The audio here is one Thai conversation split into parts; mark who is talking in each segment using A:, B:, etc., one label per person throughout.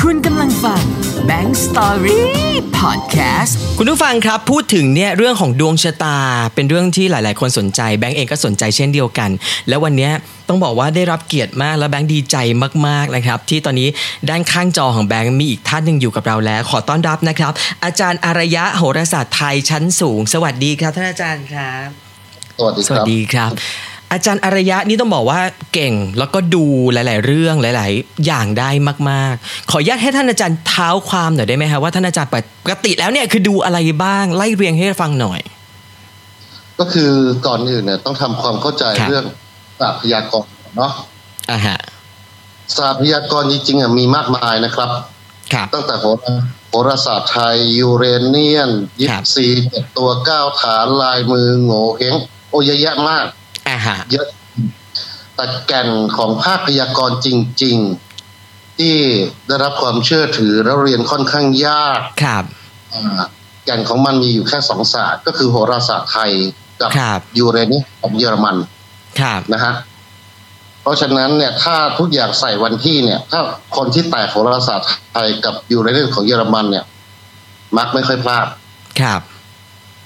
A: คุณกำลังฟัง Bank Story Podcast
B: คุณผู้ฟังครับพูดถึงเนี่ยเรื่องของดวงชะตา เป็นเรื่องที่หลาย ๆ คนสนใจแบงก์เองก็สนใจเช่นเดียวกัน แล้ววันเนี้ยต้องบอกว่าได้รับเกียรติมากและแบงก์ดีใจมาก ๆ นะครับ ที่ตอนนี้ด้านข้างจอของแบงก์มีอีกท่านหนึ่งอยู่กับเราแล้ว ขอต้อนรับนะครับ อาจารย์อารยะโหราศาสตร์ไทยชั้นสูง สวัสดีครับท่านอาจารย์ครับ
C: สวัสดี
B: ส
C: ค
B: วั
C: รั
B: ส
C: บ
B: ดีครับ อาจารย์อารยะนี่ต้องบอกว่าเก่งแล้วก็ดูหลาย ๆ เรื่องหลาย ๆ อย่างได้มาก ๆ ขออนุญาตให้ท่านอาจารย์เท้าความหน่อยได้ไหมครับว่าท่านอาจารย์ปกติแล้วเนี่ยคือดูอะไรบ้างไล่เรียงให้ฟังหน่อย
C: ก็คือก่อนอื่นเนี่ยต้องทำความเข้าใจ
B: ครับ
C: เรื่องศาสตร์พยากรณ์เนาะ
B: อ่าฮะ
C: ศาสตร์พยากรณ์จริงๆอ่ะมีมากมายนะครับ
B: ครับ
C: ตั้งแต่โหราโหราศาสตร์ไทยยูเรเนียนยิ
B: ครั
C: ป
B: บ
C: ซีเจ็ดตัวเก้าฐานลายมือโง่เฮงโอ้เยอะแยะมาก
B: อ่าฮะ
C: เยอะแต่แก่นของภาคพยากรณ์จริง ๆ ที่ได้รับความเชื่อถือและเรียนค่อนข้างยาก
B: ครับ
C: อ่าแก่นของมันมีอยู่แค่สองศาสตร์ ก็คือโหราศาสตร์ไทยกับ
B: ครับ
C: ยูเรเนียนของเยอรมัน
B: ครับ
C: นะฮะ เพราะฉะนั้นเนี่ยถ้าทุกอย่างใส่วันที่เนี่ย ถ้าคนที่แตกโหราศาสตร์ไทยกับยูเรเนียนของเยอรมันเนี่ย มักไม่ค่อยพลาด
B: ครับ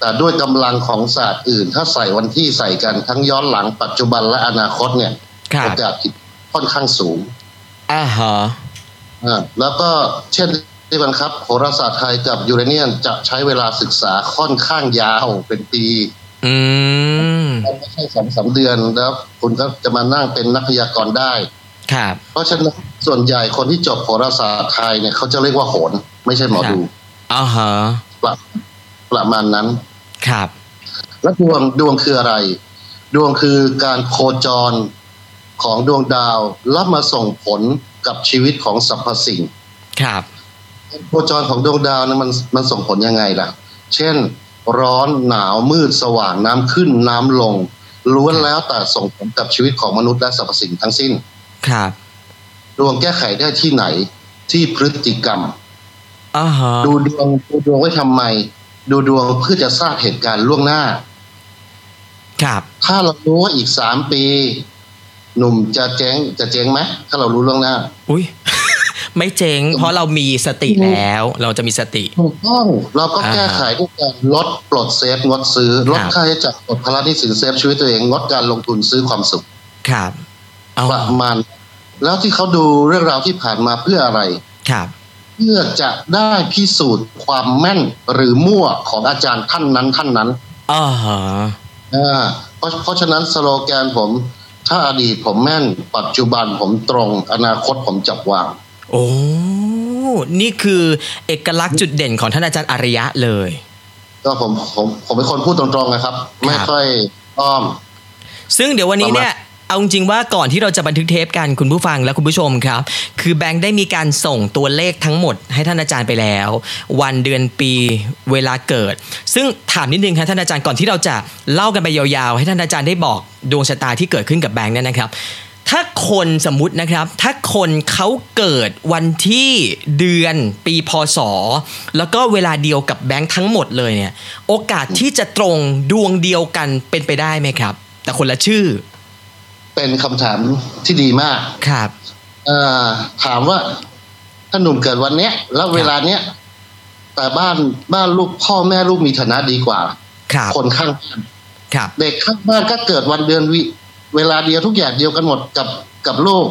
C: แต่ด้วยกำลังของศาสตร์อื่น ถ้าใส่วันที่ใส่กันทั้งย้อนหลังปัจจุบันและอนาคตเนี่ย
B: ครับ
C: โอกาสผิดค่อนข้างสูง
B: อ่าฮะ
C: อ่าแล้วก็เช่นที่บังคับโหราศาสตร์ไทยกับยูเรเนียนจะใช้เวลาศึกษาค่อนข้างยาวเป็นปี
B: อืม
C: มันไม่ใช่สองสามเดือนแล้วคุณก็จะมานั่งเป็นนักพยากรณ์ได้
B: ครับ
C: เพราะฉะนั้นส่วนใหญ่คนที่จบโหราศาสตร์ไทยเนี่ยเขาจะเรียกว่าโหนไม่ใช่หมอดู
B: อ่าฮะ
C: ประประมาณนั้น
B: ครับ
C: แล้วดวงดวงคืออะไร ดวงคือการโคจรของดวงดาวแล้วมาส่งผลกับชีวิตของสรรพสิ่ง
B: ครับ
C: โคจรของดวงดาวเนี่ยมันมันส่งผลยังไงล่ะ เช่น ร้อนหนาวมืดสว่างน้ำขึ้นน้ำลงล้วนแล้วแต่ส่งผลกับชีวิตของมนุษย์และสรรพสิ่งทั้งสิ้น
B: ครับ
C: ดวงแก้ไขได้ที่ไหนที่พฤติกรรม
B: อ่าฮะ
C: ดูดวงดูดวงไว้ทำไม ดูดวงเพื่อจะทราบเหตุการณ์ล่วงหน้า
B: ครับ
C: ถ้าเรารู้ว่าอีกสามปี หนุ่มจะเจ๊งจะเจ๊งไหมถ้าเรารู้ล่วงหน้า
B: อุ้ย ไม่เจ๊งเพราะเรามีสติแล้ว เราจะมีสติ
C: ถูกต้องเราก็แก้
B: อ่า
C: ไขด้วยการลดปลดเซฟงดซื้อ ลด
B: ครับ
C: ค่าใช้จ่ายลดภาระหนี้สินเซฟชีวิตตัวเองงดการลงทุนซื้อความสุข
B: ครับอ๋อ
C: ประมาณแล้วที่เขาดูเรื่องราวที่ผ่านมาเพื่ออะไร
B: ครับ
C: เพื่อจะได้พิสูจน์ความแม่นหรือมั่วของอาจารย์ท่านนั้นท่านนั้น
B: อ่าฮะ
C: อ่าเพราะเพราะฉะนั้นสโลแกนผม ถ้าอดีตผมแม่น ปัจจุบันผมตรง อนาคตผมจับวาง
B: โอ้ นี่คือเอกลักษณ์จุดเด่นของท่านอาจารย์อารยะเลย
C: ก็ผมผมผมเป็นคนพูดตรงๆนะครับ ไม่ค่อยอ้อม
B: ซึ่งเดี๋ยววันนี้เนี่ย เอาจริงๆว่าก่อนที่เราจะบันทึกเทปกันคุณผู้ฟังและคุณผู้ชมครับ คือแบงค์ได้มีการส่งตัวเลขทั้งหมดให้ท่านอาจารย์ไปแล้ว วันเดือนปีเวลาเกิด ซึ่งถามนิดนึงครับท่านอาจารย์ก่อนที่เราจะเล่ากันไปยาวๆ ให้ท่านอาจารย์ได้บอกดวงชะตาที่เกิดขึ้นกับแบงค์เนี่ยนะครับ ถ้าคนสมมุตินะครับ ถ้าคนเขาเกิดวันที่เดือนปีพศ แล้วก็เวลาเดียวกับแบงค์ทั้งหมดเลยเนี่ย โอกาสที่จะตรงดวงเดียวกันเป็นไปได้ไหมครับ แต่คนละชื่อ
C: เป็นคำถามที่ดีมาก
B: ครับ
C: เอ่อถามว่า ถ้าหนุ่มเกิดวันเนี้ย แล้วเวลาเนี้ย แต่บ้านบ้านลูกพ่อแม่ลูกมีฐานะดีกว่า
B: ครับ
C: คนข้างบ้าน
B: ครับ
C: เด็กข้างบ้านก็เกิดวันเดือนวิเวลาเดียวทุกอย่างเดียวกันหมดกับกับลูก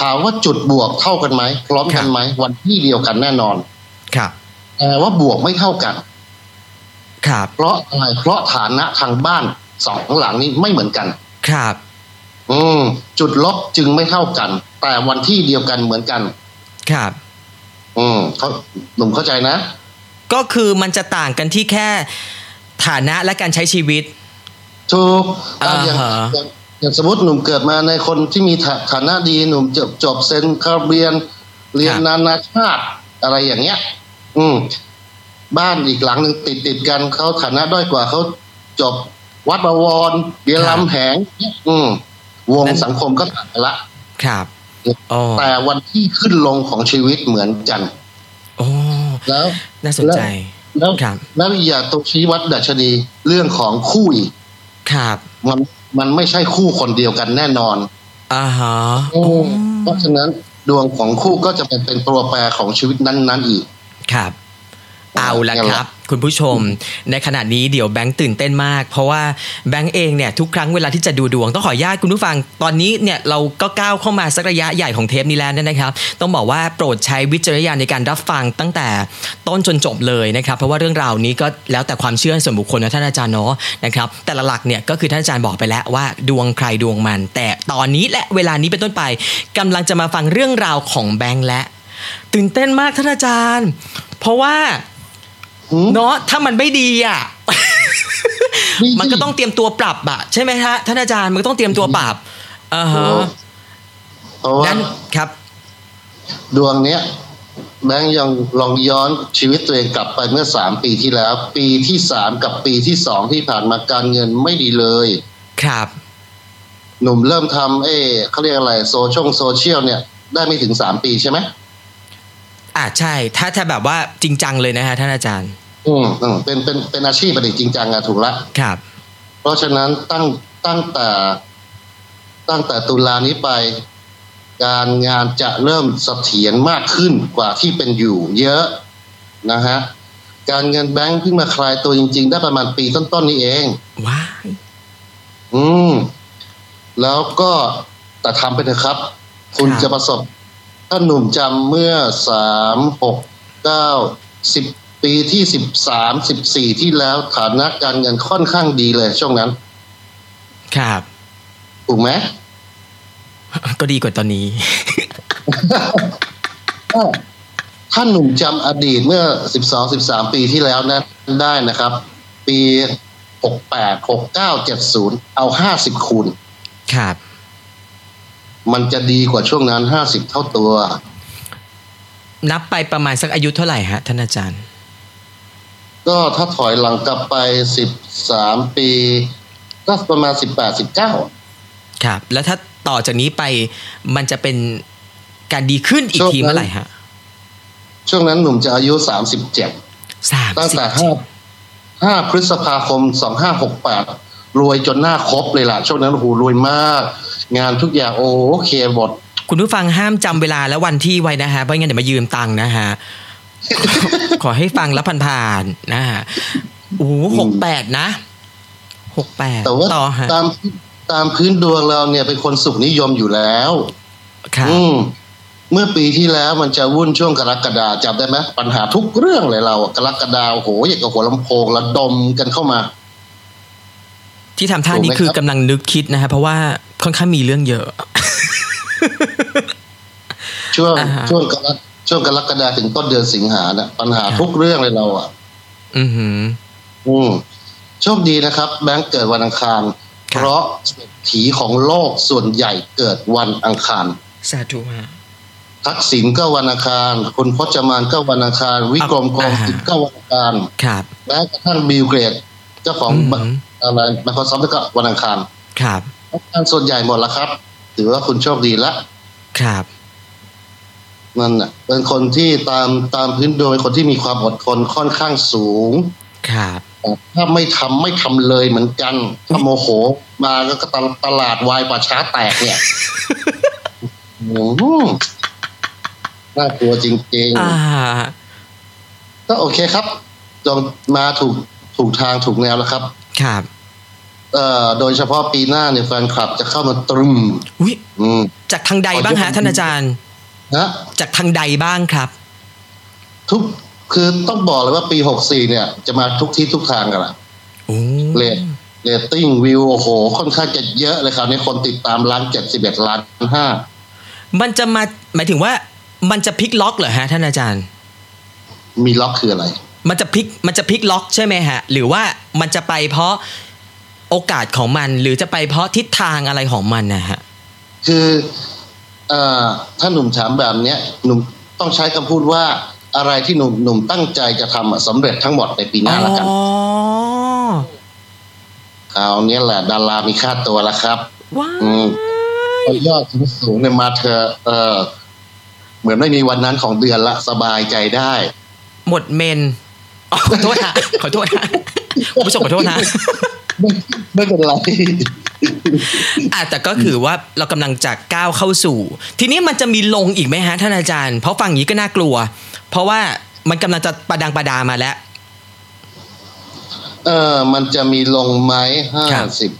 C: ถามว่าจุดบวกเท่ากันไหมพร้อมกันไหมวันที่เดียวกันแน่นอน
B: ครับ
C: แต่ว่าบวกไม่เท่ากัน
B: ครับ
C: เพราะอะไรเพราะฐานะทางบ้านสองหลังนี้ไม่เหมือนกัน
B: ครับ
C: อืมจุดลบจึงไม่เท่ากัน แต่วันที่เดียวกันเหมือนกัน
B: ครับ
C: อืมเขาหนุ่มเข้าใจนะ
B: ก็คือมันจะต่างกันที่แค่ฐานะและการใช้ชีวิต
C: ถูกอ่ะอย่าง
B: อ่าฮะ
C: อย่างอย่างสมมติหนุ่มเกิดมาในคนที่มีฐาฐานะดีหนุ่มจบจบเซนคาเบียน เรียนนานาชาติอะไรอย่างเงี้ย อืม บ้านอีกหลังหนึ่งติดติดกันเขาฐานะด้อยกว่าเขาจบวัดบวรเรียนลำแหงเนี่ยอืม วงสังคมก็ต่างกันละ
B: ครับอ๋อ
C: แต่วันที่ขึ้นลงของชีวิตเหมือนกัน
B: โอ้
C: แล้ว
B: น่าสนใจ
C: แล้ว
B: ครับ
C: แล้วอีกอย่างตัวชี้วัดดัชนีเรื่องของคู่อีก
B: ครับ
C: มันมันไม่ใช่คู่คนเดียวกันแน่นอน
B: อ่าฮะ
C: เพราะฉะนั้น ดวงของคู่ก็จะเป็นเป็นตัวแปรของชีวิตนั้นๆอีก
B: ครับ เอาละ
C: งั้
B: ค
C: นเหรอ
B: รับ คุณผู้ชม ในขณะนี้เดี๋ยวแบงค์ตื่นเต้นมาก เพราะว่าแบงค์เองเนี่ยทุกครั้งเวลาที่จะดูดวงต้องขออนุญาตคุณผู้ฟัง ตอนนี้เนี่ยเราก็ก้าวเข้ามาสักระยะใหญ่ของเทปนี้แล้วเนี่ยนะครับ ต้องบอกว่าโปรดใช้วิจารณญาณในการรับฟังตั้งแต่ต้นจนจบเลยนะครับ เพราะว่าเรื่องราวนี้ก็แล้วแต่ความเชื่อส่วนบุคคลนะท่านอาจารย์เนาะนะครับแต่หลักๆเนี่ยก็คือท่านอาจารย์บอกไปแล้วว่าดวงใครดวงมัน แต่ตอนนี้และเวลานี้เป็นต้นไปกำลังจะมาฟังเรื่องราวของแบงค์และ ตื่นเต้นมากท่านอาจารย์ เพราะว่า
C: หืม
B: เนาะถ้ามันไม่ดีอ่ะ
C: ดี
B: มันก็ต้องเตรียมตัวปรับอะใช่ไหมฮะท่านอาจารย์มันก็ต้องเตรียมตัวปรับอ่าฮะ
C: เพราะว่า
B: นั้นครับ
C: ดวงเนี้ยแบงค์ยังลองย้อนชีวิตตัวเองกลับไปเมื่อสามปีที่แล้ว ปีที่สามกับปีที่สองที่ผ่านมาการเงินไม่ดีเลย
B: ครับ
C: หนุ่มเริ่มทำเอ้เขาเรียกอะไรโซช่องโซเชียลเนี่ยได้ไม่ถึงสามปีใช่ไหม
B: อ่าใช่ ถ้าถ้าแบบว่าจริงจังเลยนะฮะท่านอาจารย์
C: อืมอืมเป็นเป็นเป็นอาชีพปฏิจริงจังอะถูกละ
B: ครับ
C: เพราะฉะนั้นตั้งตั้งแต่ตั้งแต่ตุลานี้ไป การงานจะเริ่มเสถียรมากขึ้นกว่าที่เป็นอยู่ เยอะนะฮะการเงินแบงค์เพิ่งมาคลายตัวจริง ๆ ได้ประมาณปีต้นๆนี้เอง
B: ว้าย
C: อืม แล้วก็แต่ทำไปเถอะครับ คุณ
B: ครับ
C: จะประสบ ถ้าหนุ่มจำเมื่อสามหกเก้าสิบปีที่สิบสามสิบสี่ที่แล้วฐานะการเงินค่อนข้างดีเลยช่วงนั้น
B: ครับ
C: ถูกไหม
B: ก็ดีกว่าตอนนี้
C: ถ้าหนุ่มจำอดีตเมื่อ 12 13 ปีที่แล้วนะได้นะครับ ปี 68 69 70 เอา 50 คูณ
B: ครับ
C: มันจะดีกว่าช่วงนั้น 50 เท่าตัว
B: นับไปประมาณสักอายุเท่าไหร่ฮะท่านอาจารย์
C: ก็ถ้าถอยหลังกลับไป 13 ปี ก็ประมาณ 18 19
B: ครับ แล้วถ้าต่อจากนี้ไปมันจะเป็นการดีขึ้นอีกทีเมื่อไหร่ฮะ
C: ช่วงนั้นหนุ่มจะอายุ 37
B: สาม
C: ตั้ง
B: สิบ
C: แต่ 5 5 พฤษภาคม 2568 รวยจนหน้าครบเลยล่ะ ช่วงนั้นโอ้โหรวยมาก งานทุกอย่างโอเคหมด
B: คุณผู้ฟังห้ามจำเวลาและวันที่ไว้นะฮะเพราะงั้นเดี๋ยวมายืมตังค์นะฮ ะ ขอให้ฟังแล้วผ่านๆนะฮะโอ้โหกแปดนะหกแปด
C: แต่ว่า
B: ต่อฮะ
C: ตามตามพื้นดวงเราเนี่ยเป็นคนสุขนิยมอยู่แล้ว
B: ครับ
C: อืมเมื่อปีที่แล้วมันจะวุ่นช่วงกรกฎาจำได้ไหมปัญหาทุกเรื่องเลยเราอะกรกฎาโอ้โหอย่างกับหัวลำโพงระดมกันเข้ามา
B: ที่ทำท่านี้
C: ถูกไหมครับ
B: คือกำลังนึกคิดนะฮะเพราะว่าค่อนข้างมีเรื่องเยอะ
C: ช่วง
B: อ่าฮะ
C: ช่วงกรกช่วงกรกฎาถึงต้นเดือนสิงหาเนี่ยปัญหาทุกเรื่องเลยเราอ่ะ
B: อือหือ
C: อืมโชคดีนะครับ แบงค์เกิดวันอังคาร
B: ครับ
C: เพราะเศรษฐีของโลกส่วนใหญ่เกิดวันอังคาร
B: สาธุฮะ
C: ทักษิณก็วันอังคาร คุณพจมานก็วันอังคาร วิกรมกองจิตก็วันอังคาร
B: ครับ
C: แม้กระทั่งบิลเกรดเจ้าของ
B: อืม
C: อะไรมาคอซัมก็วันอังคาร
B: ครับ
C: วันอังคารส่วนใหญ่หมดแล้วครับ ถือว่าคุณโชคดีละ
B: ครับ
C: นั่นน่ะเป็นคนที่ตามตามพื้นดวงเป็นคนที่มีความอดทนค่อนข้างสูง
B: ครับ
C: ถ้าไม่ทำไม่ทำเลยเหมือนกัน ถ้าโมโห มาก็ตลาดตลาดวายป่าช้าแตกเนี่ย โอ้โหน่ากลัวจริง ๆ
B: อ่า
C: ก็โอเคครับจงมาถูกถูกทางถูกแนวแล้วครับ
B: ครับ
C: เอ่อโดยเฉพาะปีหน้าเนี่ยแฟนคลับจะเข้ามาตรึม
B: อุ้ย
C: อืม
B: จากทางใดบ้างฮะท่านอาจารย์
C: นะ
B: จากทางใดบ้างครับ
C: ทุกคือต้องบอกเลยว่าปีหกสี่เนี่ย จะมาทุกที่ทุกทางกันละ
B: โอ้
C: เรตเรตติ้งวิวโอ้โห ค่อนข้างจะเยอะเลยครับในคนติดตามล้านเจ็ดสิบเอ็ดล้านห้า
B: มันจะมาหมายถึงว่ามันจะพลิกล็อกเหรอฮะท่านอาจารย์
C: มีล็อกคืออะไร
B: มันจะพลิกมันจะพลิกล็อกใช่ไหมฮะ หรือว่ามันจะไปเพราะโอกาสของมัน หรือจะไปเพราะทิศทางอะไรของมันนะฮะ
C: คือเอ่อถ้าหนุ่มถามแบบเนี้ยหนุ่มต้องใช้คำพูดว่าอะไรที่หนุ่มหนุ่มตั้งใจจะทำอะสำเร็จทั้งหมดในปีห
B: อ๋
C: น้าละกัน
B: อ
C: คราวเนี้ยแหละดารามีค่าตัวละครับ
B: ว้า
C: อืม
B: ย
C: ยอดสูงๆเนี่ยมาเธอะเออเหมือนไม่มีวันนั้นของเดือนละสบายใจได้
B: หมดเมนอ๋อขอโทษฮะขอโทษฮะคุณผู้ชมขอโทษนะ
C: ไม่ไม่เป็นไร
B: อ่ะแต่ก็คือว่าเรากำลังจะก้าวเข้าสู่ ทีนี้มันจะมีลงอีกไหมฮะท่านอาจารย์ เพราะฟังอย่างนี้ก็น่ากลัว เพราะว่ามันกำลังจะประดังประดามาแล้ว
C: เออ มันจะมีลงไหมห้า
B: ครับ
C: สิบ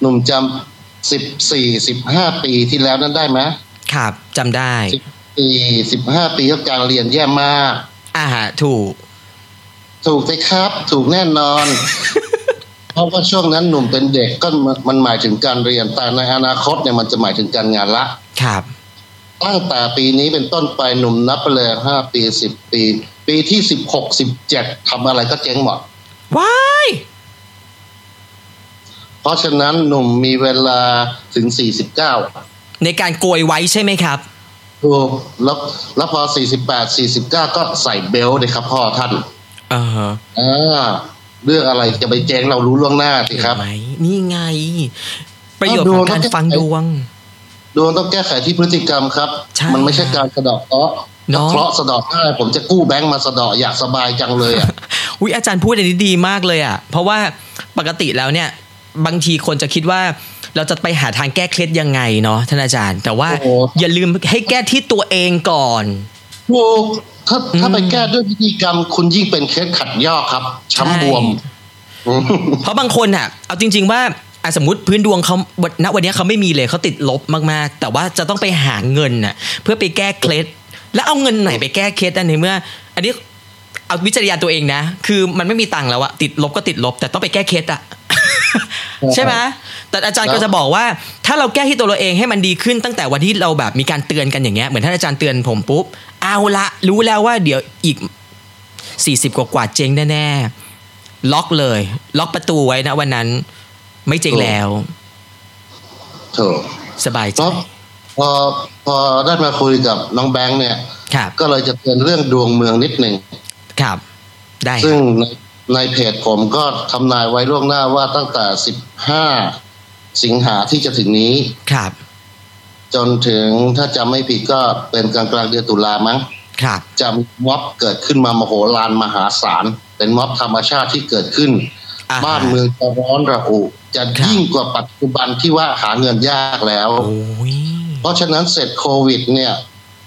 C: หนุ่มจำสิบสี่สิบห้าปีที่แล้วนั้นได้ไหม
B: ครับจำได้
C: สิบสี่สิบห้าปีก็การเรียนแย่มาก
B: อ่าฮะถูก
C: ถูกไหมครับ ถูกแน่น อน เพราะว่าช่วงนั้นหนุ่มเป็นเด็กก็มันมันหมายถึงการเรียนแต่ในอนาคตเนี่ยมันจะหมายถึงการงานละ
B: ครับ
C: ตั้งแต่ปีนี้เป็นต้นไปหนุ่มนับไปเลยห้าปีสิบปี ปีที่สิบหกสิบเจ็ดทำอะไรก็เจ๊งหมด
B: ว้าย
C: เพราะฉะนั้นหนุ่มมีเวลาถึงสี่สิบเก้า
B: ในการโกยไว้ใช่ไหมครับ
C: ถูกแล้วแล้วพอสี่สิบแปดสี่สิบเก้าก็ใส่เบลต์เลยครับพ่อท่าน
B: เออ
C: อ่าเรื่องอะไรจะไปเจ๊งเรารู้ล่วงหน้าสิครับ
B: ไหมนี่ไง ประโยชน์ของการฟังดวง
C: ดวงต้องแก้ไขที่พฤติกรรมครับ
B: ใช่
C: มันไม่ใช่การสะเดาะเคราะห์
B: เนอะ
C: เคราะห์สะเดาะได้ผมจะกู้แบงค์มาสะเดาะอยากสบายจังเลยอ่ะ
B: อุ้ยอาจารย์พูดอันนี้ดีมากเลยอ่ะ เพราะว่าปกติแล้วเนี่ย บางทีคนจะคิดว่าเราจะไปหาทางแก้เคล็ดยังไงเนาะท่านอาจารย์ แต่ว่า
C: โอ้โห
B: อย่าลืมให้แก้ที่ตัวเองก่อน
C: ถูกถ้าถ้า
B: อืม
C: ไปแก้ด้วยพิธีกรรม คุณยิ่งเป็นเคสขัดยอกครับ ช้ำบวม
B: ใช่ เพราะบางคนอ่ะเอาจริง ๆ ว่าอ่ะสมมติพื้นดวงเขาณวันนี้เขาไม่มีเลยเขาติดลบมากๆ แต่ว่าจะต้องไปหาเงินน่ะเพื่อไปแก้เคล็ดแล้วเอาเงินไหนไปแก้เคล็ดอันในเมื่อ อันนี้เอาวิจารณญาณตัวเองนะ คือมันไม่มีตังค์แล้วอะติดลบก็ติดลบ แต่ต้องไปแก้เคล็ดอะ ใช่ไหมแต่อาจารย์
C: ครับ
B: ก็จะบอกว่า ถ้าเราแก้ที่ตัวเราเองให้มันดีขึ้นตั้งแต่วันที่เราแบบมีการเตือนกันอย่างเงี้ยเหมือนท่านอาจารย์เตือนผมปุ๊บเอาละรู้แล้วว่าเดี๋ยวอีก 40 กว่ากว่าๆเจ๊งแน่ๆ ล็อกเลย ล็อกประตูไว้นะวันนั้น ไม่เจริงแล้ว
C: ถูก
B: สบายใจ
C: เนาะพอพอได้มาคุยกับน้องแบงค์เนี่ย
B: ครับ
C: ก็เลยจะเตือนเรื่องดวงเมืองนิดหนึ่ง
B: ครับ ได้
C: ซึ่งในในเพจผมก็ทำนายไว้ล่วงหน้าว่าตั้งแต่ 15 สิงหาที่จะถึงนี้
B: ครับ
C: จนถึงถ้าจำไม่ผิดก็เป็นกลางกลางๆเดือนตุลามั้ง
B: ครับ
C: จะมีม็อบเกิดขึ้นมามโหฬารมหาศาล เป็นม็อบธรรมชาติที่เกิดขึ้น
B: อ่าฮะ
C: บ้านเมืองจะร้อนระอุจะ
B: ครับ
C: ยิ่งกว่าปัจจุบันที่ว่าหาเงินยากแล้ว
B: โอ้ย
C: เพราะฉะนั้นเสร็จโควิดเนี่ย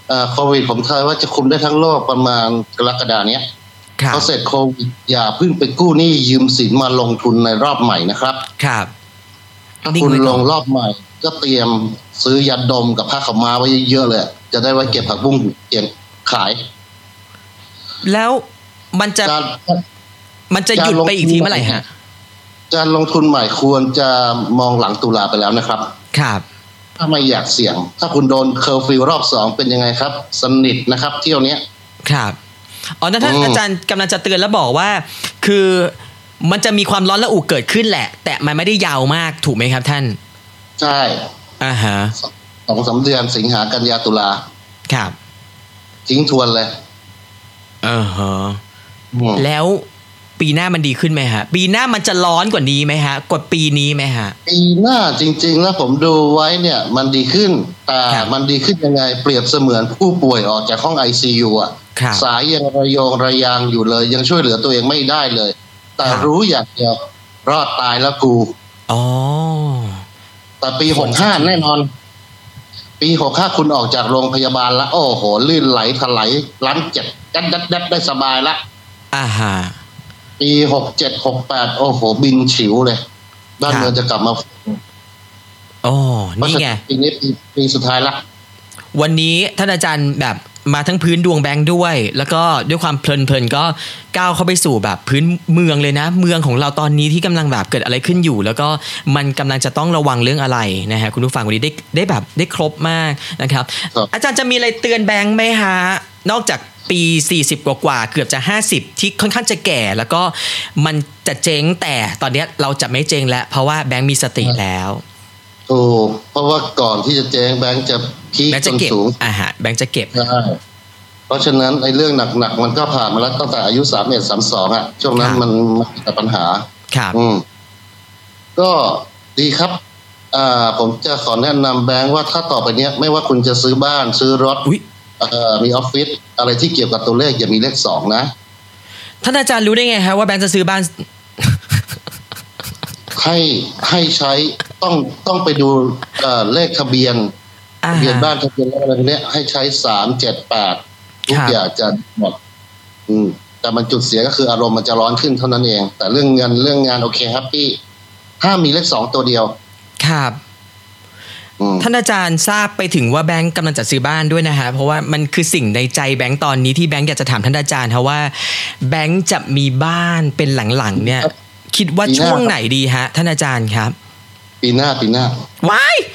C: เอ่อโควิดผมทายว่าจะคุมได้ทั้งโลกประมาณกรกฎาเนี้ย
B: ครับ
C: พอเสร็จโควิดอย่าเพิ่งไปกู้หนี้ยืมสินมาลงทุนในรอบใหม่นะครับ
B: ครับ
C: ถ้าคุณลงรอบใหม่ ก็เตรียมซื้อยาดมกับผ้าขาวม้าไว้เยอะๆเลย จะได้ไว้เก็บผักบุ้งเก็บขาย
B: แล้วมันจะ
C: การ
B: มันจะหยุดไปอีกทีเมื่อไหร่ฮะ
C: การลงทุนใหม่ควรจะมองหลังตุลาไปแล้วนะครับ
B: ครับ
C: ถ้าไม่อยากเสี่ยง ถ้าคุณโดนเคอร์ฟิวรอบสองเป็นยังไงครับ สนิทนะครับเที่ยวเนี้ย
B: ครับอ๋อนั่นท่าน
C: อืม
B: อาจารย์กำลังจะเตือนแล้วบอกว่า คือมันจะมีความร้อนระอุเกิดขึ้นแหละ แต่มันไม่ได้ยาวมากถูกไหมครับท่าน
C: ใช่
B: อ่าฮะ
C: สองสามเดือนสิงหากันยาตุลา
B: ครับ
C: ทิ้งทวนเลย
B: อ่าฮะ
C: อืม
B: แล้วปีหน้ามันดีขึ้นไหมฮะ ปีหน้ามันจะร้อนกว่านี้ไหมฮะ กว่าปีนี้ไหมฮะ
C: ปีหน้าจริง ๆ แล้วผมดูไว้เนี่ย มันดีขึ้นแต่
B: ครับ
C: มันดีขึ้นยังไง เปรียบเสมือนผู้ป่วยออกจากห้องไอซียูอะ
B: ครับ
C: สายยังระโยงระยางอยู่เลย ยังช่วยเหลือตัวเองไม่ได้เลย แต่
B: ครับ
C: รู้อย่างเดียวรอดตายแล้วกู
B: อ๋อ
C: แต่ปี
B: ค
C: ห
B: น
C: ก
B: จะ
C: ห้า
B: คิด
C: แน่นอน ปีหกห้าคุณออกจากโรงพยาบาลละโอ้โห ลื่นไหลถลายร้านเจ็บดัดดัดดัดได้สบายละ
B: อ่าฮะ
C: ปีหกเจ็ดหกแปดโอ้โห บินฉิวเลยบ้าน
B: ครับ
C: เมืองจะกลับมา
B: อ๋อ
C: เพราะ
B: นี่
C: ฉะ
B: ไง
C: นั้นปีนี้ปีปีสุดท้ายละ
B: วันนี้ท่านอาจารย์แบบมาทั้งพื้นดวงแบงค์ด้วย แล้วก็ด้วยความเพลินเพลินๆก็ก้าวเข้าไปสู่แบบพื้นเมืองเลยนะ เมืองของเราตอนนี้ที่กำลังแบบเกิดอะไรขึ้นอยู่ แล้วก็มันกำลังจะต้องระวังเรื่องอะไรนะฮะคุณผู้ฟังวันนี้ได้ได้แบบได้ครบมากนะครับ
C: ครับ
B: อาจารย์จะมีอะไรเตือนแบงค์ไหมฮะนอกจากปี 40 กว่ากว่าๆเกือบจะ 50 ที่ค่อนข้างจะแก่ แล้วก็มันจะเจ๊งแต่ตอนเนี้ยเราจะไม่เจ๊งแล้ว เพราะว่าแบงค์มีสติแล้ว
C: ถูกเพราะว่าก่อนที่จะแจ้งแบงค์จะพีค
B: แบงค์
C: จ
B: จะ
C: น
B: เก็บ
C: สูง
B: อ่าฮะแบงค์จะเก็บ
C: ใช่เพราะฉะนั้นไอ้เรื่องหนักๆ มันก็ผ่านมาแล้วตั้งแต่อายุสามเอ็ดสามสองอ่ะ ช่วงนั้นมันมันมีแต่ปัญหา
B: ครับ
C: อืมก็ดีครับ อ่า ผมจะขอแนะนำแบงค์ว่าถ้าต่อไปเนี้ย ไม่ว่าคุณจะซื้อบ้านซื้อรถ
B: อุ๊ย
C: เอ่อมีออฟฟิศอะไรที่เกี่ยวกับตัวเลขอย่ามีเลขสองนะ
B: ท่านอาจารย์รู้ได้ไงฮะว่าแบงค์จะซื้อบ้าน
C: ให้ให้ใช้ ต้องต้องไปดูเอ่อเลขทะเบียน
B: อ่า
C: ทะ
B: ฮะ
C: เบียนบ้านทะเบียนรถอะไรพวกเนี้ยให้ใช้สามเจ็ดแปดทุ
B: ค
C: ก
B: รับ
C: อย่างจะหมดอืม แต่มันจุดเสียก็คืออารมณ์มันจะร้อนขึ้นเท่านั้นเอง แต่เรื่องเงินเรื่องงานโอเคแฮปปี้ห้ามมีเลขสองตัวเดียว
B: ครับ
C: อืม
B: ท่านอาจารย์ทราบไปถึงว่าแบงก์กำลังจัดซื้อบ้านด้วยนะฮะเพราะว่ามันคือสิ่งในใจแบงก์ตอนนี้ที่แบงก์อยากจะถามท่านอาจารย์ฮะว่าแบงก์จะมีบ้านเป็นหลังๆเนี่ย
C: ครับ
B: คิดว่า
C: ปีหน้า
B: ช่วงไหนดีฮะ ท่านอาจารย์ครับ
C: ปีหน้าปีหน้า
B: ว้าย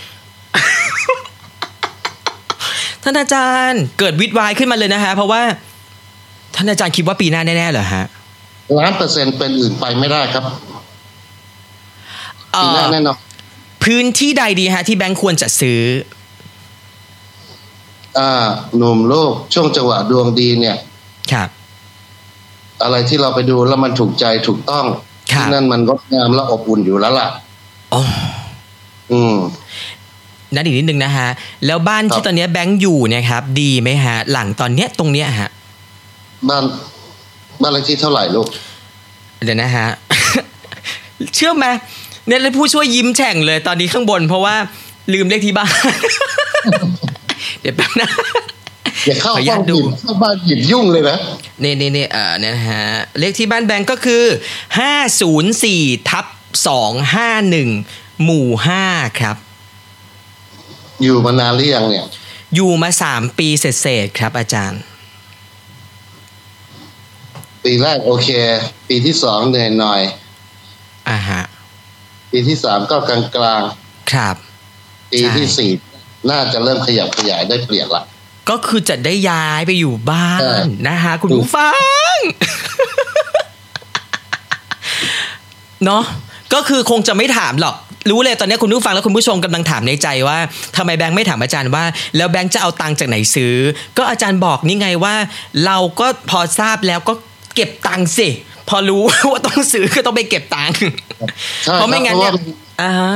B: ท่านอาจารย์เกิดวิดวายขึ้นมาเลยนะฮะเพราะว่า ท่านอาจารย์คิดว่าปีหน้าแน่ๆเหรอฮะ
C: ล้านเปอร์เซ็นต์เป็นอื่นไปไม่ได้ครับ
B: เอ่
C: ปีหน้า
B: อ
C: แน่นอน
B: พื้นที่ใดดีฮะ ที่แบงก์ควรจะซื้อ
C: อ่าหนุ่มโลกช่วงจังหวะดวงดีเนี่ย
B: ครับ
C: อะไรที่เราไปดูแล้วมันถูกใจถูกต้อง
B: ครั
C: ที่
B: บ
C: นั่นมันงดงามและอบอุ่นอยู่แล้วล่ะ
B: อ๋อ
C: อืม
B: นั่นอีกนิดนึงนะฮะ แล้วบ้าน
C: ครับ
B: ที่ตอนเนี้ยแบงค์อยู่เนี่ยครับ ดีไหมฮะ หลังตอนเนี้ยตรงเนี้ยฮะ
C: บ้านบ้านเลขที่เท่าไหร่ลูก
B: เดี๋ยวนะฮะ เชื่อไหมเนี่ยเลยผู้ช่วยยิ้มแฉ่งเลยตอนนี้ข้างบน เพราะว่าลืมเลขที่บ้าน เดี๋ยวแป๊บนะ
C: อย่าเข้า
B: ขออนุ
C: บ้า
B: ญานต
C: ห
B: ดู
C: ยิบเข้าบ้านหยิบยุ่งเลยนะ
B: เน่เน่เน่เอ่อเนี่ยนะฮะ เลขที่บ้านแบงค์ก็คือ 504ทับ251 หมู่ 5 ครับ
C: อยู่มานานหรือยังเนี่ย
B: อยู่มา 3 ปีเศษๆครับ อาจารย์
C: ปีแรกโอเค ปีที่สองเหนื่อยหน่อย
B: อ่าฮะ
C: ปีที่สามก็กลางกลาง
B: ครับ
C: ๆปีที่
B: ใช่
C: สี่น่าจะเริ่มขยับขยายได้เปลี่ยนละ
B: ก็คือจะได้ย้ายไปอยู่บ้า
C: เออน
B: นะฮะคุณ
C: ถูก
B: ผู้ฟัง เนาะก็คือคงจะไม่ถามหรอก รู้เลยตอนนี้คุณผู้ฟังและคุณผู้ชมกำลังถามในใจว่าทำไมแบงค์ไม่ถามอาจารย์ว่า แล้วแบงค์จะเอาตังค์จากไหนซื้อ ก็อาจารย์บอกนี่ไงว่า เราก็พอทราบแล้วก็เก็บตังค์สิ พอรู้ ว่าต้องซื้อก็ต้องไปเก็บตังค์
C: ใช่
B: เพราะไม่งั้นเนี่ย
C: ครับพราะว่า
B: อ่าฮะ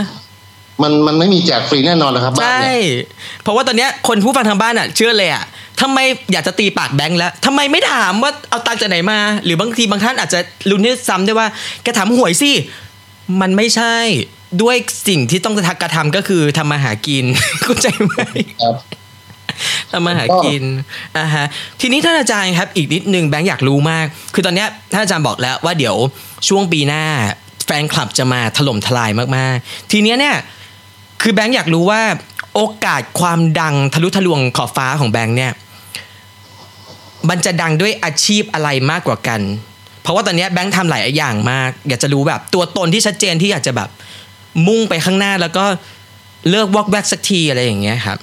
C: มันมันไม่มีแจกฟรีแน่นอนนะครับบ้าน
B: ใช่
C: เนี่ย
B: เพราะว่าตอนเนี้ยคนผู้ฟังทางบ้านอ่ะ เชื่อเลยอ่ะทำไมอยากจะตีปากแบงค์แล้วทำไมไม่ถามว่าเอาตังค์จากไหนมา หรือบางทีบางท่านอาจจะลุ้นให้ซ้ำด้วยว่าแกถามหวยสิ มันไม่ใช่ ด้วยสิ่งที่ต้องทักกระทำก็คือทำมาหากิน เข้าใจไหม
C: ครับ
B: ทำมาหากินอ่าฮะทีนี้ท่านอาจารย์ครับอีกนิดนึงแบงค์อยากรู้มาก คือตอนเนี้ยท่านอาจารย์บอกแล้วว่าเดี๋ยวช่วงปีหน้า แฟนคลับจะมาถล่มทลายมากๆ ทีเนี้ยเนี่ยคือแบงค์อยากรู้ว่าโอกาสความดังทะลุทะลวงขอบฟ้าของแบงค์เนี่ย มันจะดังด้วยอาชีพอะไรมากกว่ากัน เพราะว่าตอนเนี้ยแบงค์ทำหลายอย่างมาก อยากจะรู้แบบตัวตนที่ชัดเจนที่อยากจะแบบ มุ่งไปข้างหน้าแล้วก็เลิกวอกแวกสักทีอะไรอย่างเงี้ยครับ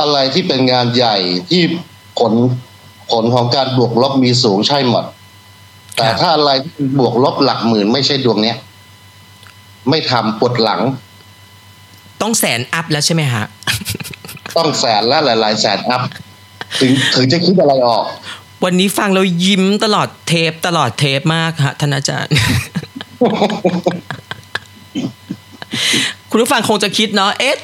C: อะไรที่เป็นงานใหญ่ที่ผลผลของการบวกลบมีสูงใช่หมด แต่
B: ครับ
C: ถ้าอะไรที่บวกลบหลักหมื่นไม่ใช่ดวงเนี้ย ไม่ทำปวดหลัง
B: ต้องแสนอัพแล้วใช่ไหมฮะ
C: ต้องแสนและหลาย ๆ แสนอัพ ถึงถึงจะคิดอะไรออก
B: วันนี้ฟังเรายิ้มตลอดเทปตลอดเทปมากฮะท่านอาจารย์ คุณผู้ฟังคงจะคิดเนาะเอ๊ะ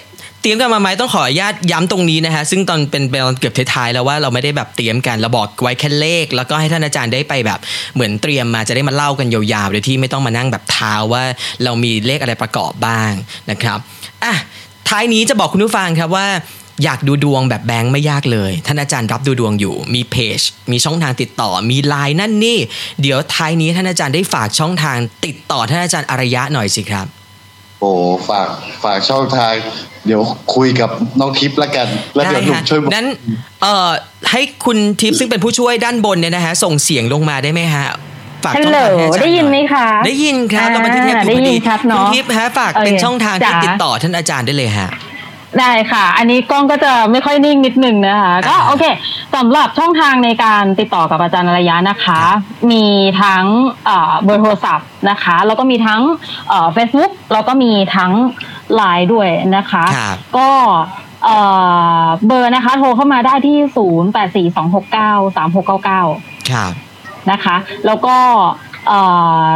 B: เตรียมกันมาไหมต้องขออนุญาตย้ำตรงนี้นะฮะ ซึ่งตอนเป็นเบลเกือบท้ายๆแล้วว่าเราไม่ได้แบบเตรียมกันเราบอกไว้แค่เลข แล้วก็ให้ท่านอาจารย์ได้ไปแบบ เหมือนเตรียมมาจะได้มาเล่ากันยาวๆโดยที่ไม่ต้องมานั่งแบบเท้าว่าเรามีเลขอะไรประกอบบ้างนะครับอ่ะท้ายนี้จะบอกคุณผู้ฟังครับว่า อยากดูดวงแบบแบงค์ไม่ยากเลย ท่านอาจารย์รับดูดวงอยู่ มีเพจ มีช่องทางติดต่อ มีไลน์นั่นนี่ เดี๋ยวท้ายนี้ท่านอาจารย์ได้ฝากช่องทางติดต่อท่านอาจารย์อารยะหน่อยสิครับ
C: โอ้ฝากฝากช่องทาง เดี๋ยวคุยกับน้องทิพย์แล้วกัน แล้วเดี๋ยวหนุ่ม
B: ค่ะ
C: ช่วยบอก
B: นั้นเอ่อให้คุณทิพย์ซึ่งเป็นผู้ช่วยด้านบนเนี่ยนะฮะส่งเสียงลงมาได้ไหมฮะฝาก
D: ฮัล
B: ช่อง
D: โหล
B: ทางให้อาจาร
D: ได้
B: ย์
D: ยินไหมคะ
B: ได้ยินครับเราบันทึกเทปอ
D: อ่า
B: ยู่พอ
D: ได้ยิ
B: ดี
D: นครับเนอะ
B: คุณทิพย์ฮะฝากเป็น
D: โอเค
B: ช่องทางที่
D: จ๋า
B: ติดต่อท่านอาจารย์ได้เลยฮะ
D: ได้ค่ะ อันนี้กล้องก็จะไม่ค่อยนิ่งนิดหนึ่งนะคะ ก็
B: อ่า
D: โอเคสำหรับช่องทางในการติดต่อกับอาจารย์อารยะนะคะ มีทั้งเอ่อเบอร์โทรศัพท์นะคะ แล้วก็มีทั้งเฟซบุ๊กแล้วก็มีทั้งไลน์ด้วยนะคะ
B: ครับ
D: ก็เอ่อเบอร์นะคะ โทรเข้ามาได้ที่ 0842693699
B: ครับ
D: นะคะแล้วก็เอ่อ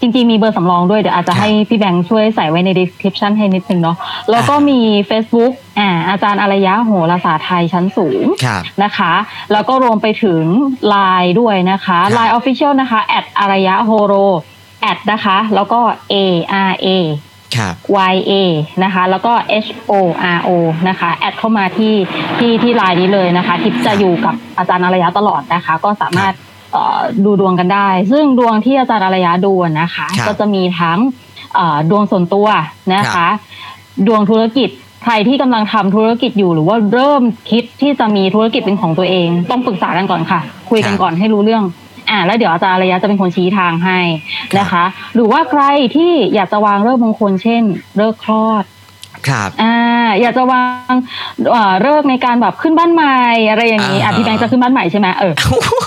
D: จริงๆ มีเบอร์สำรองด้วย เดี๋ยวอาจจะ
B: ครับ
D: ให้พี่แบงค์ช่วยใส่ไว้ใน description ให้นิดนึงเนาะแล้วก็
B: อ่ามี
D: มี Facebook อ่าอาจารย์อารยะโหราศาสตร์ไทยชั้นสูง
B: ครับ
D: นะคะ แล้วก็รวมไปถึง Line ด้วยนะคะ
B: ครับ
D: Line Official นะคะ at อารยะโฮโร at นะคะ แล้วก็ A R A
B: ครับ
D: Y A นะคะ แล้วก็ H O R O นะคะ แอดเข้ามาที่ที่ที่ไลน์นี้เลยนะคะทิปจะอยู่กับอาจารย์อารยะตลอดนะคะ ก็สามารถเอ่อดูดวงกันได้ ซึ่งดวงที่อาจารย์อารยะดูนะคะ
B: ครับ
D: ก็จะมีทั้งเอ่อดวงส่วนตัวนะ
B: ครั
D: คะ
B: บ
D: ดวงธุรกิจใครที่กำลังทำธุรกิจอยู่หรือว่าเริ่มคิดที่จะมีธุรกิจเป็นของตัวเอง ต้องปรึกษากันก่อนค่ะ คุยกันก่อนให้รู้เรื่อง อ่าแล้วเดี๋ยวอาจารย์อารยะจะเป็นคนชี้ทางให้นะคะ หรือว่าใครที่อยากจะวางเลิกมงคลเช่นเลิกคลอด
B: ครับ
D: อ่า อยากจะวางเอ่อเลิกในการแบบขึ้นบ้านใหม่อะไรอย่างนี้
B: อ่า
D: อ่ะพี่แบงค์จะขึ้นบ้านใหม่ใช่ไหมเออ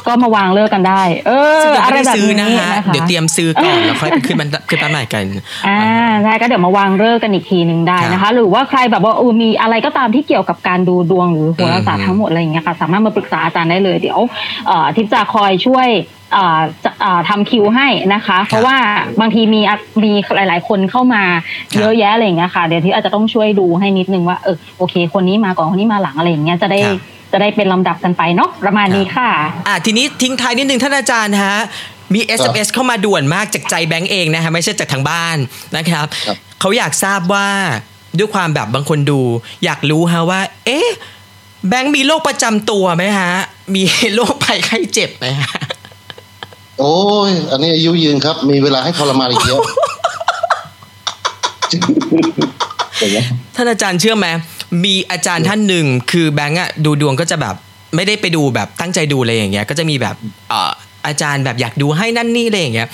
D: ก็มาวางเลิกกันได้ เออ
B: ซึ่งเรา
D: อะ
B: ไม่ได้
D: ไรแบบ
B: ซื้อนะ
D: นี้
B: ฮะ
D: นะคะ
B: เดี๋ยวเตรียมซื้อก่อน แล้วค่อยไปขึ้นมันขึ้นบ้านใหม่กัน
D: อ่าใช่ก็เดี๋ยวมาวางเลิกกันอีกทีหนึ่งได้นะ
B: ครั
D: คะ
B: บ
D: หรือว่าใครแบบว่าเออมีอะไรก็ตามที่เกี่ยวกับการดูดวงหรือโหราศาสต
B: อืม
D: ร์ทั้งหมดอะไรอย่างเงี้ยค่ะ สามารถมาปรึกษาอาจารย์ได้เลยเดี๋ยวเอ่อทิพย์จะคอยช่วยเอ่อจะเอ่อทำคิวให้นะคะ เพราะว่าบางทีมีอ่ะมีหลาย ๆ คนเข้ามาเยอะแยะอะไรอย่างเงี้ยค่ะเดี๋ยวทิพย์อาจจะต้องช่วยดูให้นิดนึงว่าเออโอเค คนนี้มาก่อนคนนี้มาหลังอะไรอย่างเงี้ยจะได้
B: ครับ
D: จะได้เป็นลำดับกันไปเนาะประมาณนี้ค่ะ
B: อ่ะทีนี้ทิ้งท้ายนิดนึงท่านอาจารย์ฮะมี SMS เข้ามาด่วนมากจากใจแบงค์เองนะฮะไม่ใช่จากทางบ้านนะครับ
C: ครับ
B: เขาอยากทราบว่าด้วยความแบบบางคนดู อยากรู้ฮะว่า เอ๊ะแบงค์มีโรคประจำตัวไหมฮะ มีโรคภัยไข้เจ็บไหมฮะ
C: โอ้ย อันนี้อายุยืนครับ มีเวลาให้ทรมานอีกเยอะ
E: อย่างเงี้ย
B: ท่านอาจารย์เชื่อไหมมีอาจารย์ท่านหนึ่งคือแบงค์อะดูดวงก็จะแบบไม่ได้ไปดูแบบตั้งใจดูอะไรอย่างเงี้ยก็จะมีแบบเอ่ออาจารย์แบบอยากดูให้นั่นนี่อะไรอย่างเงี้ย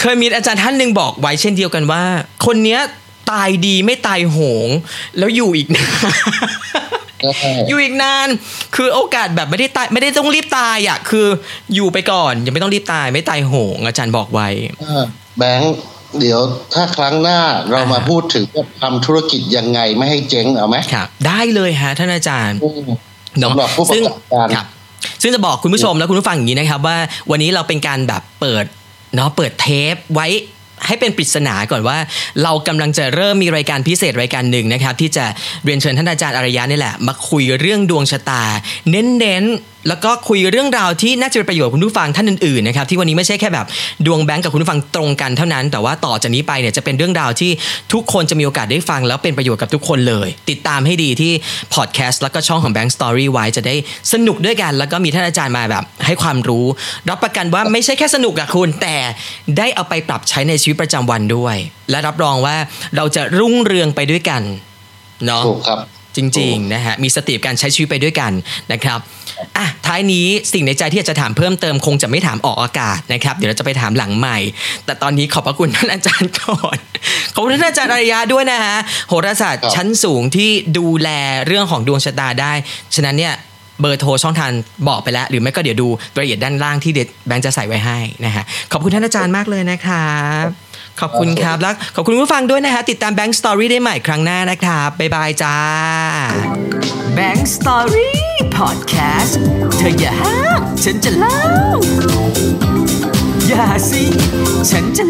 B: เคยมีอาจารย์ท่านหนึ่งบอกไว้เช่นเดียวกันว่า คนเนี้ยตายดีไม่ตายโหง แล้วอยู่อีกนาน
C: ใช่
B: อยู่อีกนาน คือโอกาสแบบไม่ได้ตายไม่ได้ต้องรีบตายอ่ะคืออยู่ไปก่อนยังไม่ต้องรีบตายไม่ตายโหง อาจารย์บอกไว้
C: อ่าแบงค์เดี๋ยวถ้าครั้งหน้าเรามา
B: อ่า
C: พูดถึงว่าทำธุรกิจยังไงไม่ให้เจ๊งเอาไหม
B: ครับ ได้เลยฮะท่านอาจารย์
C: อืม
B: เนาะ
C: สำหรับผู้ประกอบการ
B: ซึ่งครับ ซึ่งจะบอกคุณผู้ชมและคุณผู้ฟังอย่างนี้นะครับว่าวันนี้เราเป็นการแบบเปิดเนาะเปิดเทปไว้ให้เป็นปริศนาก่อนว่า เรากำลังจะเริ่มมีรายการพิเศษรายการหนึ่งนะครับ ที่จะเรียนเชิญท่านอาจารย์อารยะนี่แหละ มาคุยเรื่องดวงชะตา เน้นๆแล้วก็คุยเรื่องราวที่น่าจะเป็นประโยชน์กับคุณผู้ฟังท่านอื่นๆนะครับที่วันนี้ไม่ใช่แค่แบบดวงแบงก์กับคุณผู้ฟังตรงกันเท่านั้น แต่ว่าต่อจากนี้ไปเนี่ยจะเป็นเรื่องราวที่ทุกคนจะมีโอกาสได้ฟัง แล้วเป็นประโยชน์กับทุกคนเลย ติดตามให้ดีที่พอดแคสต์แล้วก็ช่องของ Bank Story ไว้จะได้สนุกด้วยกัน แล้วก็มีท่านอาจารย์มาแบบ ให้ความรู้ รับประกันว่าไม่ใช่แค่สนุกอะคุณ แต่ได้เอาไปปรับใช้ในชีวิตประจำวันด้วย และรับรองว่าเราจะรุ่งเรืองไปด้วยกันเนาะ
C: ถูกครับ
B: จริงๆนะฮะมีสติกับการใช้ชีวิตไปด้วยกันนะครับอ่ะท้ายนี้สิ่งในใจที่อยากจะถามเพิ่มเติมคงจะไม่ถามออกอากาศนะครับ เดี๋ยวเราจะไปถามหลังใหม่ แต่ตอนนี้ขอบพระคุณท่านอาจารย์ก่อน ขอบคุณท่านอาจารย์อารยาด้วยนะฮะโหราศาสตร์
C: ครับ
B: ชั้นสูงที่ดูแลเรื่องของดวงชะตาได้ ฉะนั้นเนี่ยเบอร์โทรช่องทางบอกไปแล้ว หรือไม่ก็เดี๋ยวดูรายละเอียดด้านล่างที่เด็ดแบงค์จะใส่ไว้ให้นะฮะขอบคุณท่านอาจารย์มากเลยนะครับขอบคุณครับแล้วขอบคุณผู้ฟังด้วยนะฮะติดตาม Bank Story ได้ใหม่ครั้งหน้านะครับบ๊ายบายจ้า
A: Bank Story Podcast เธออย่าห้ามฉันจะเล่า อย่าสิ ฉันจะ